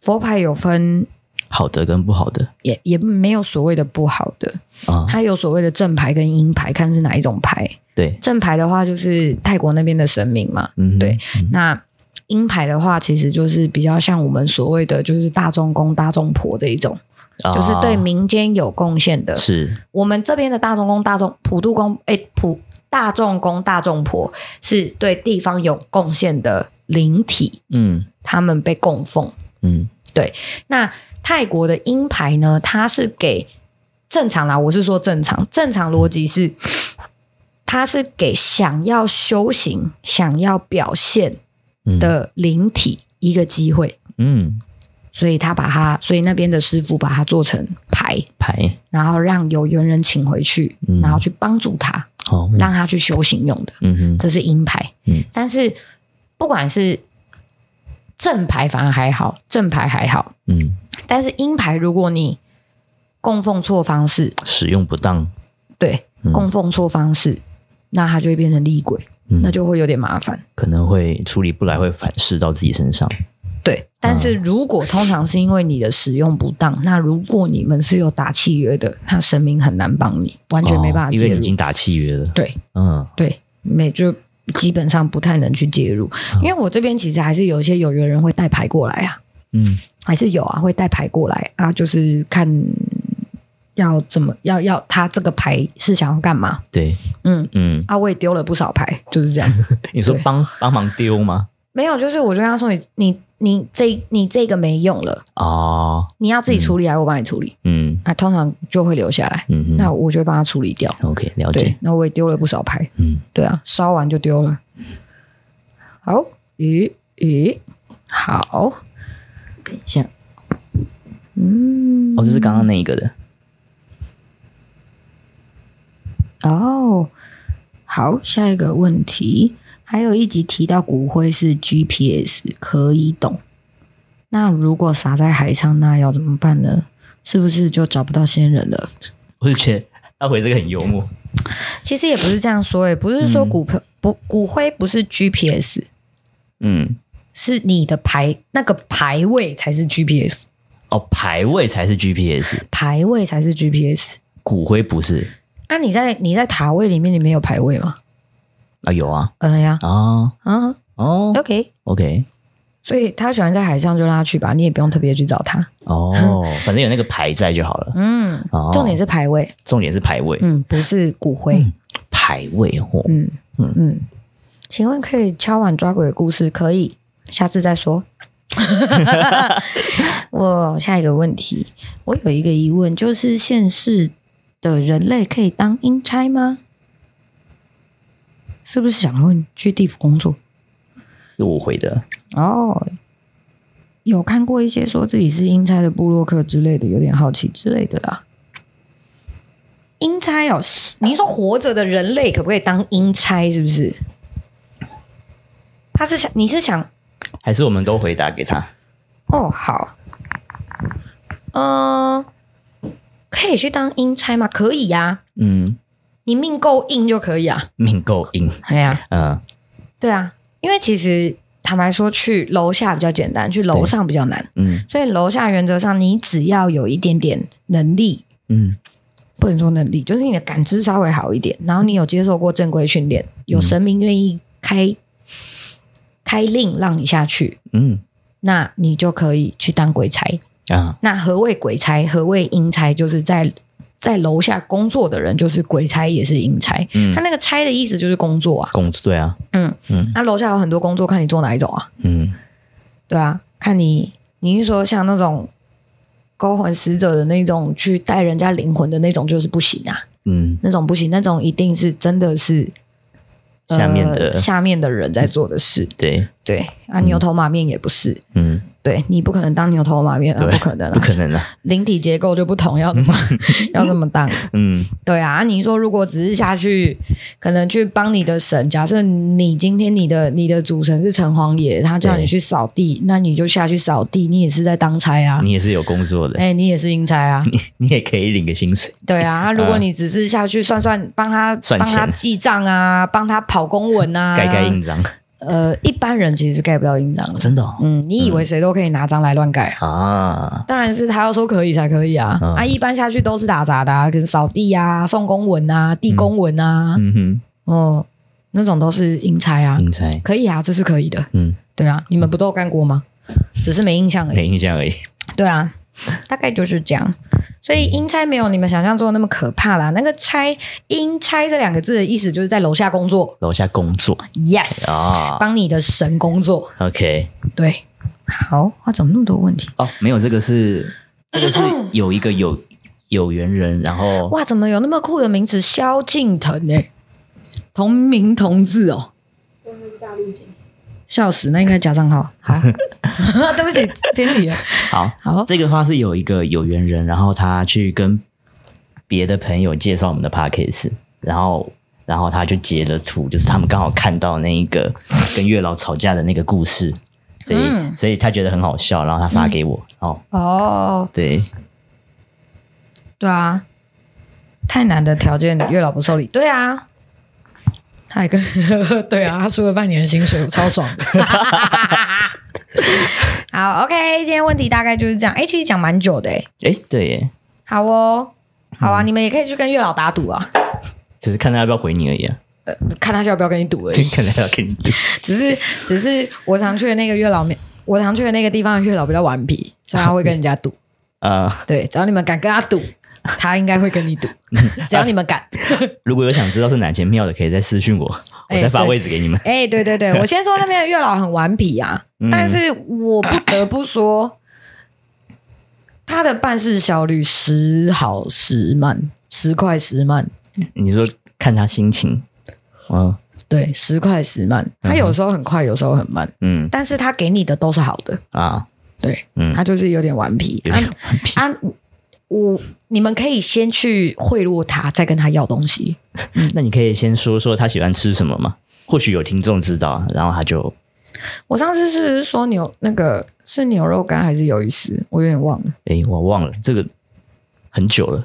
[SPEAKER 2] 佛牌有分，
[SPEAKER 1] 好的跟不好的
[SPEAKER 2] 也也没有所谓的不好的，
[SPEAKER 1] 啊，
[SPEAKER 2] 它有所谓的正牌跟阴牌，看是哪一种牌。
[SPEAKER 1] 对，
[SPEAKER 2] 正牌的话就是泰国那边的神明嘛，
[SPEAKER 1] 嗯，
[SPEAKER 2] 对，那阴牌的话，其实就是比较像我们所谓的就是大众公、大众婆这一种，
[SPEAKER 1] 啊
[SPEAKER 2] 就是对民间有贡献的。
[SPEAKER 1] 是
[SPEAKER 2] 我们这边的大众公、大众普渡公，哎，普大众公、大众婆是对地方有贡献的灵体，
[SPEAKER 1] 嗯
[SPEAKER 2] 他们被供奉。
[SPEAKER 1] 嗯
[SPEAKER 2] 那泰国的鹰牌呢，它是给正常啦，我是说正常，正常逻辑是，它是给想要修行、想要表现
[SPEAKER 1] 嗯
[SPEAKER 2] 的灵体一个机会，
[SPEAKER 1] 嗯
[SPEAKER 2] 所以他把它，所以那边的师傅把它做成牌，
[SPEAKER 1] 牌
[SPEAKER 2] 然后让有缘人请回去，
[SPEAKER 1] 嗯
[SPEAKER 2] 然后去帮助他，
[SPEAKER 1] 好，嗯
[SPEAKER 2] 让他去修行用的，
[SPEAKER 1] 嗯哼
[SPEAKER 2] 这是阴牌。
[SPEAKER 1] 嗯，
[SPEAKER 2] 但是不管是正牌，反而还好，正牌还好，
[SPEAKER 1] 嗯，
[SPEAKER 2] 但是阴牌，如果你供奉错方式，
[SPEAKER 1] 使用不当，
[SPEAKER 2] 对，
[SPEAKER 1] 嗯
[SPEAKER 2] 供奉错方式，那它就会变成厉鬼，
[SPEAKER 1] 嗯
[SPEAKER 2] 那就会有点麻烦。
[SPEAKER 1] 可能会处理不来，会反噬到自己身上。
[SPEAKER 2] 对，
[SPEAKER 1] 啊
[SPEAKER 2] 但是如果通常是因为你的使用不当，那如果你们是有打契约的，那神明很难帮你，完全没办
[SPEAKER 1] 哦
[SPEAKER 2] 法
[SPEAKER 1] 因为
[SPEAKER 2] 介
[SPEAKER 1] 你已
[SPEAKER 2] 入。
[SPEAKER 1] 经打契约了。
[SPEAKER 2] 对
[SPEAKER 1] 嗯
[SPEAKER 2] 对，没就基本上不太能去介入，
[SPEAKER 1] 啊
[SPEAKER 2] 因为我这边其实还是有一些有缘人会带牌过来啊，
[SPEAKER 1] 嗯
[SPEAKER 2] 还是有啊，会带牌过来啊，就是看要怎么要要他这个牌是想要干嘛？
[SPEAKER 1] 对，
[SPEAKER 2] 嗯，
[SPEAKER 1] 嗯，
[SPEAKER 2] 啊，我也丢了不少牌，就 是这样。
[SPEAKER 1] 你说
[SPEAKER 2] 对
[SPEAKER 1] 帮帮忙丢吗？
[SPEAKER 2] 没有，就是我就跟他说你你你这你这个没用了，
[SPEAKER 1] 哦，
[SPEAKER 2] 你要自己处理，还是我帮你处理？
[SPEAKER 1] 嗯
[SPEAKER 2] 啊，通常就会留下来。
[SPEAKER 1] 嗯哼，
[SPEAKER 2] 那我就会帮他处理掉。
[SPEAKER 1] OK 了
[SPEAKER 2] 对
[SPEAKER 1] 解，，
[SPEAKER 2] 那我也丢了不少牌。
[SPEAKER 1] 嗯
[SPEAKER 2] 对啊，烧完就丢了。好，咦咦，好，等一下，嗯，
[SPEAKER 1] 哦，这是刚刚那一个的，
[SPEAKER 2] 哦，好，下一个问题，还有一集提到骨灰是 GPS，可以懂。那如果撒在海上，那要怎么办呢？是不是就找不到仙人了？
[SPEAKER 1] 我就觉得他回这个很幽默，
[SPEAKER 2] 其实也不是这样说、欸，也不是说骨、不骨灰不是 GPS，
[SPEAKER 1] 嗯，
[SPEAKER 2] 是你的牌那个牌位才是 GPS，
[SPEAKER 1] 哦，排位才是 GPS，
[SPEAKER 2] 牌位才是 GPS。
[SPEAKER 1] 骨灰不是
[SPEAKER 2] 啊，你在你在塔位里面，你没有牌位吗？
[SPEAKER 1] 啊，有啊，
[SPEAKER 2] 嗯呀，
[SPEAKER 1] 啊
[SPEAKER 2] 啊
[SPEAKER 1] 哦
[SPEAKER 2] ，OK。
[SPEAKER 1] ，OK，
[SPEAKER 2] 所以他喜欢在海上，就让他去吧，你也不用特别去找他。
[SPEAKER 1] 哦，反正有那个牌在就好了，
[SPEAKER 2] 嗯，
[SPEAKER 1] 哦
[SPEAKER 2] 重点是牌位，
[SPEAKER 1] 重点是排位，
[SPEAKER 2] 嗯，不是骨灰。
[SPEAKER 1] 排位哦，
[SPEAKER 2] 嗯
[SPEAKER 1] 嗯
[SPEAKER 2] 嗯请问可以敲碗抓鬼的故事？可以，下次再 说。我下一个问题，我有一个疑问，就是现世的人类可以当阴差吗？是不是想问去地府工作？
[SPEAKER 1] 是我回的，
[SPEAKER 2] 哦，有看过一些说自己是阴差的部落客之类的，有点好奇之类的啦。阴差哦，你说活着的人类可不可以当阴差？是不是？他是想，你是想，
[SPEAKER 1] 还是我们都回答给他？
[SPEAKER 2] 哦，好，嗯、可以去当阴差吗？可以呀、
[SPEAKER 1] 嗯，
[SPEAKER 2] 你命够硬就可以啊。
[SPEAKER 1] 命够硬，
[SPEAKER 2] 哎呀、
[SPEAKER 1] 嗯，
[SPEAKER 2] 对啊，因为其实坦白说，去楼下比较简单，去楼
[SPEAKER 1] 对
[SPEAKER 2] 上比较难。
[SPEAKER 1] 嗯
[SPEAKER 2] 所以楼下原则上，你只要有一点点能力，
[SPEAKER 1] 嗯
[SPEAKER 2] 不能说能力，就是你的感知稍微好一点，然后你有接受过正规训练，有神明愿意开开令让你下去，
[SPEAKER 1] 嗯
[SPEAKER 2] 那你就可以去当鬼差。
[SPEAKER 1] 啊，
[SPEAKER 2] 那何谓鬼差？何谓阴差？就是在在楼下工作的人，就是鬼差，也是阴差。
[SPEAKER 1] 嗯
[SPEAKER 2] 他，那个差的意思就是工作啊，
[SPEAKER 1] 工作对啊，
[SPEAKER 2] 嗯
[SPEAKER 1] 嗯
[SPEAKER 2] 那楼下有很多工作，看你做哪一种啊。
[SPEAKER 1] 嗯
[SPEAKER 2] 对啊，看你你是说像那种勾魂使者的那种去带人家灵魂的那种就是不行啊，
[SPEAKER 1] 嗯，
[SPEAKER 2] 那种不行，那种一定是真的是、呃
[SPEAKER 1] 下面的嗯
[SPEAKER 2] 下面的人在做的事。
[SPEAKER 1] 对，
[SPEAKER 2] 对啊，牛头马面也不是，
[SPEAKER 1] 嗯，
[SPEAKER 2] 对你不可能当牛头马面啊，
[SPEAKER 1] 对，
[SPEAKER 2] 不可能
[SPEAKER 1] 不
[SPEAKER 2] 啊，
[SPEAKER 1] 可能啊，
[SPEAKER 2] 灵体结构就不同，要怎 么要怎么当？
[SPEAKER 1] 嗯
[SPEAKER 2] 对啊，啊你说如果只是下去，可能去帮你的神，假设你今天你的你的主神是城隍爷，他叫
[SPEAKER 1] 对
[SPEAKER 2] 你去扫地，那你就下去扫地，你也是在当差啊，
[SPEAKER 1] 你也是有工作的，
[SPEAKER 2] 哎、你也是应差啊，
[SPEAKER 1] 你也可以领个薪水，
[SPEAKER 2] 对啊。啊如果你只是下去算算，帮他
[SPEAKER 1] 算
[SPEAKER 2] 帮他
[SPEAKER 1] 钱
[SPEAKER 2] 记账啊，帮他跑公文啊，
[SPEAKER 1] 盖盖印章，
[SPEAKER 2] 呃，一般人其实是盖不到印章的。
[SPEAKER 1] 真的哦
[SPEAKER 2] 嗯，你以为谁都可以拿章来乱盖啊？
[SPEAKER 1] 啊，
[SPEAKER 2] 当然是他要说可以才可以啊！
[SPEAKER 1] 嗯
[SPEAKER 2] 啊，一般下去都是打杂的、啊，可是扫地啊、送公文啊、递公文啊，
[SPEAKER 1] 嗯
[SPEAKER 2] 哦，那种都是阴差啊
[SPEAKER 1] 哼，，你猜，
[SPEAKER 2] 可以啊，这是可以的。
[SPEAKER 1] 嗯，
[SPEAKER 2] 对啊，你们不都有干过吗？只是没印象而已。
[SPEAKER 1] 没印象而已，
[SPEAKER 2] 对啊，大概就是这样。所以阴差没有你们想象中的那么可怕啦。那个差阴差这两个字的意思就是在楼下工作
[SPEAKER 1] 楼下工作
[SPEAKER 2] ，yes，、
[SPEAKER 1] 啊
[SPEAKER 2] 帮你的神工作。
[SPEAKER 1] ，OK，
[SPEAKER 2] 对，好，哇，怎么那么多问题？
[SPEAKER 1] 哦，没有，这个是这 个是有一个有有缘人，然后
[SPEAKER 2] 哇，怎么有那么酷的名字？萧敬腾呢、同名同字哦。笑死，那应该假账号。好， 对不起，偏离了。
[SPEAKER 1] 好，
[SPEAKER 2] 好，
[SPEAKER 1] 这个话是有一个有缘人，然后他去跟别的朋友介绍我们的 p a c k a s 然后然后他就截了图，就是他们刚好看到那一个 跟月老吵架的那个故事，所以、
[SPEAKER 2] 嗯
[SPEAKER 1] 所以他觉得很好笑，然后他发给我，哦，
[SPEAKER 2] 哦，
[SPEAKER 1] 对，
[SPEAKER 2] 对啊，太难的条件月老不受理。对啊，他还跟 对啊，他输了半年的薪水，我超爽的。好，OK，今天问题大概就是这样。哎、其实讲蛮久的、诶
[SPEAKER 1] 哎，对耶，
[SPEAKER 2] 好哦，好啊，你们也可以去跟月老打赌啊，
[SPEAKER 1] 只是看他要不要回你而已啊，
[SPEAKER 2] 看他要不要跟你赌而已。
[SPEAKER 1] 看他要给你 读，
[SPEAKER 2] 只是， 只是我常去的那个月老庙，我常去的那个地方的月老比较顽皮，所以他会跟人家赌。
[SPEAKER 1] 呃，
[SPEAKER 2] 对，只要你们敢跟他赌，他应该会跟你赌。只要你们敢。
[SPEAKER 1] 如果有想知道是哪间庙的，可以再私信我，我
[SPEAKER 2] 哎
[SPEAKER 1] 再发
[SPEAKER 2] 对
[SPEAKER 1] 位置给你们。
[SPEAKER 2] 哎、对对 对，我先说那边的月老很顽皮啊，
[SPEAKER 1] 嗯
[SPEAKER 2] 但是我不得不说，他的办事效率时好时慢，时快时慢，
[SPEAKER 1] 你说看他心情，嗯
[SPEAKER 2] 对，时快时慢。他有时候很快，有时候很慢，
[SPEAKER 1] 嗯
[SPEAKER 2] 但是他给你的都是好的，
[SPEAKER 1] 啊
[SPEAKER 2] 对，
[SPEAKER 1] 嗯
[SPEAKER 2] 他就是有点顽皮。
[SPEAKER 1] 有点顽皮
[SPEAKER 2] 啊啊，我你们可以先去贿赂他，再跟他要东西。嗯
[SPEAKER 1] 那你可以先说说他喜欢吃什么吗？或许有听众知道，然后他就
[SPEAKER 2] 我上次是不是说牛那个是牛肉干还是鱿鱼丝？我有点忘了。
[SPEAKER 1] 诶，我忘了这个很久了。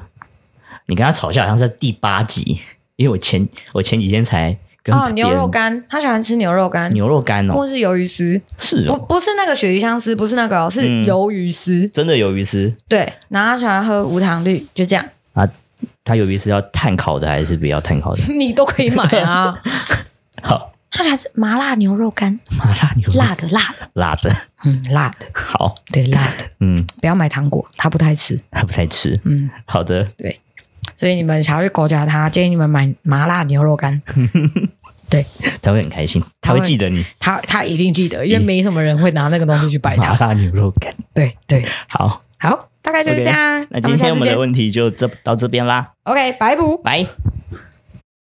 [SPEAKER 1] 你跟他吵架好像是在第八集，因为我前我前几天才跟
[SPEAKER 2] 哦，
[SPEAKER 1] 别
[SPEAKER 2] 牛
[SPEAKER 1] 人
[SPEAKER 2] 肉干，他喜欢吃牛肉干，
[SPEAKER 1] 牛肉干
[SPEAKER 2] 或
[SPEAKER 1] 哦，
[SPEAKER 2] 是鱿鱼丝，
[SPEAKER 1] 是
[SPEAKER 2] 不
[SPEAKER 1] 哦，
[SPEAKER 2] 不是那个鳕鱼香丝，不是那个、哦，是
[SPEAKER 1] 嗯
[SPEAKER 2] 鱿鱼丝。
[SPEAKER 1] 真的鱿鱼丝
[SPEAKER 2] 对，然后他喜欢喝无糖绿，就这样，
[SPEAKER 1] 啊。他鱿鱼丝要碳烤的还是不要碳烤的？
[SPEAKER 2] 你都可以买 啊。
[SPEAKER 1] 好，
[SPEAKER 2] 他喜欢吃麻辣牛肉干，
[SPEAKER 1] 麻辣牛肉
[SPEAKER 2] 辣的辣的，
[SPEAKER 1] 辣的，
[SPEAKER 2] 嗯，辣的，
[SPEAKER 1] 好，
[SPEAKER 2] 对，辣的，
[SPEAKER 1] 嗯，
[SPEAKER 2] 不要买糖果，他不太吃。
[SPEAKER 1] 他不太吃，
[SPEAKER 2] 嗯，
[SPEAKER 1] 好的，
[SPEAKER 2] 所以你们想要去狗夹他，建议你们买麻辣牛肉干。对
[SPEAKER 1] 他会很开心，他会记得你
[SPEAKER 2] 他，他一定记得，因为没什么人会拿那个东西去摆
[SPEAKER 1] 麻
[SPEAKER 2] 他。
[SPEAKER 1] 辣牛肉干。
[SPEAKER 2] 对对，
[SPEAKER 1] 好，
[SPEAKER 2] 好，大概就是
[SPEAKER 1] OK，
[SPEAKER 2] 这样。
[SPEAKER 1] 那今天我们的
[SPEAKER 2] 下次见
[SPEAKER 1] 问题就这到这边啦，
[SPEAKER 2] OK，拜拜。
[SPEAKER 1] 拜。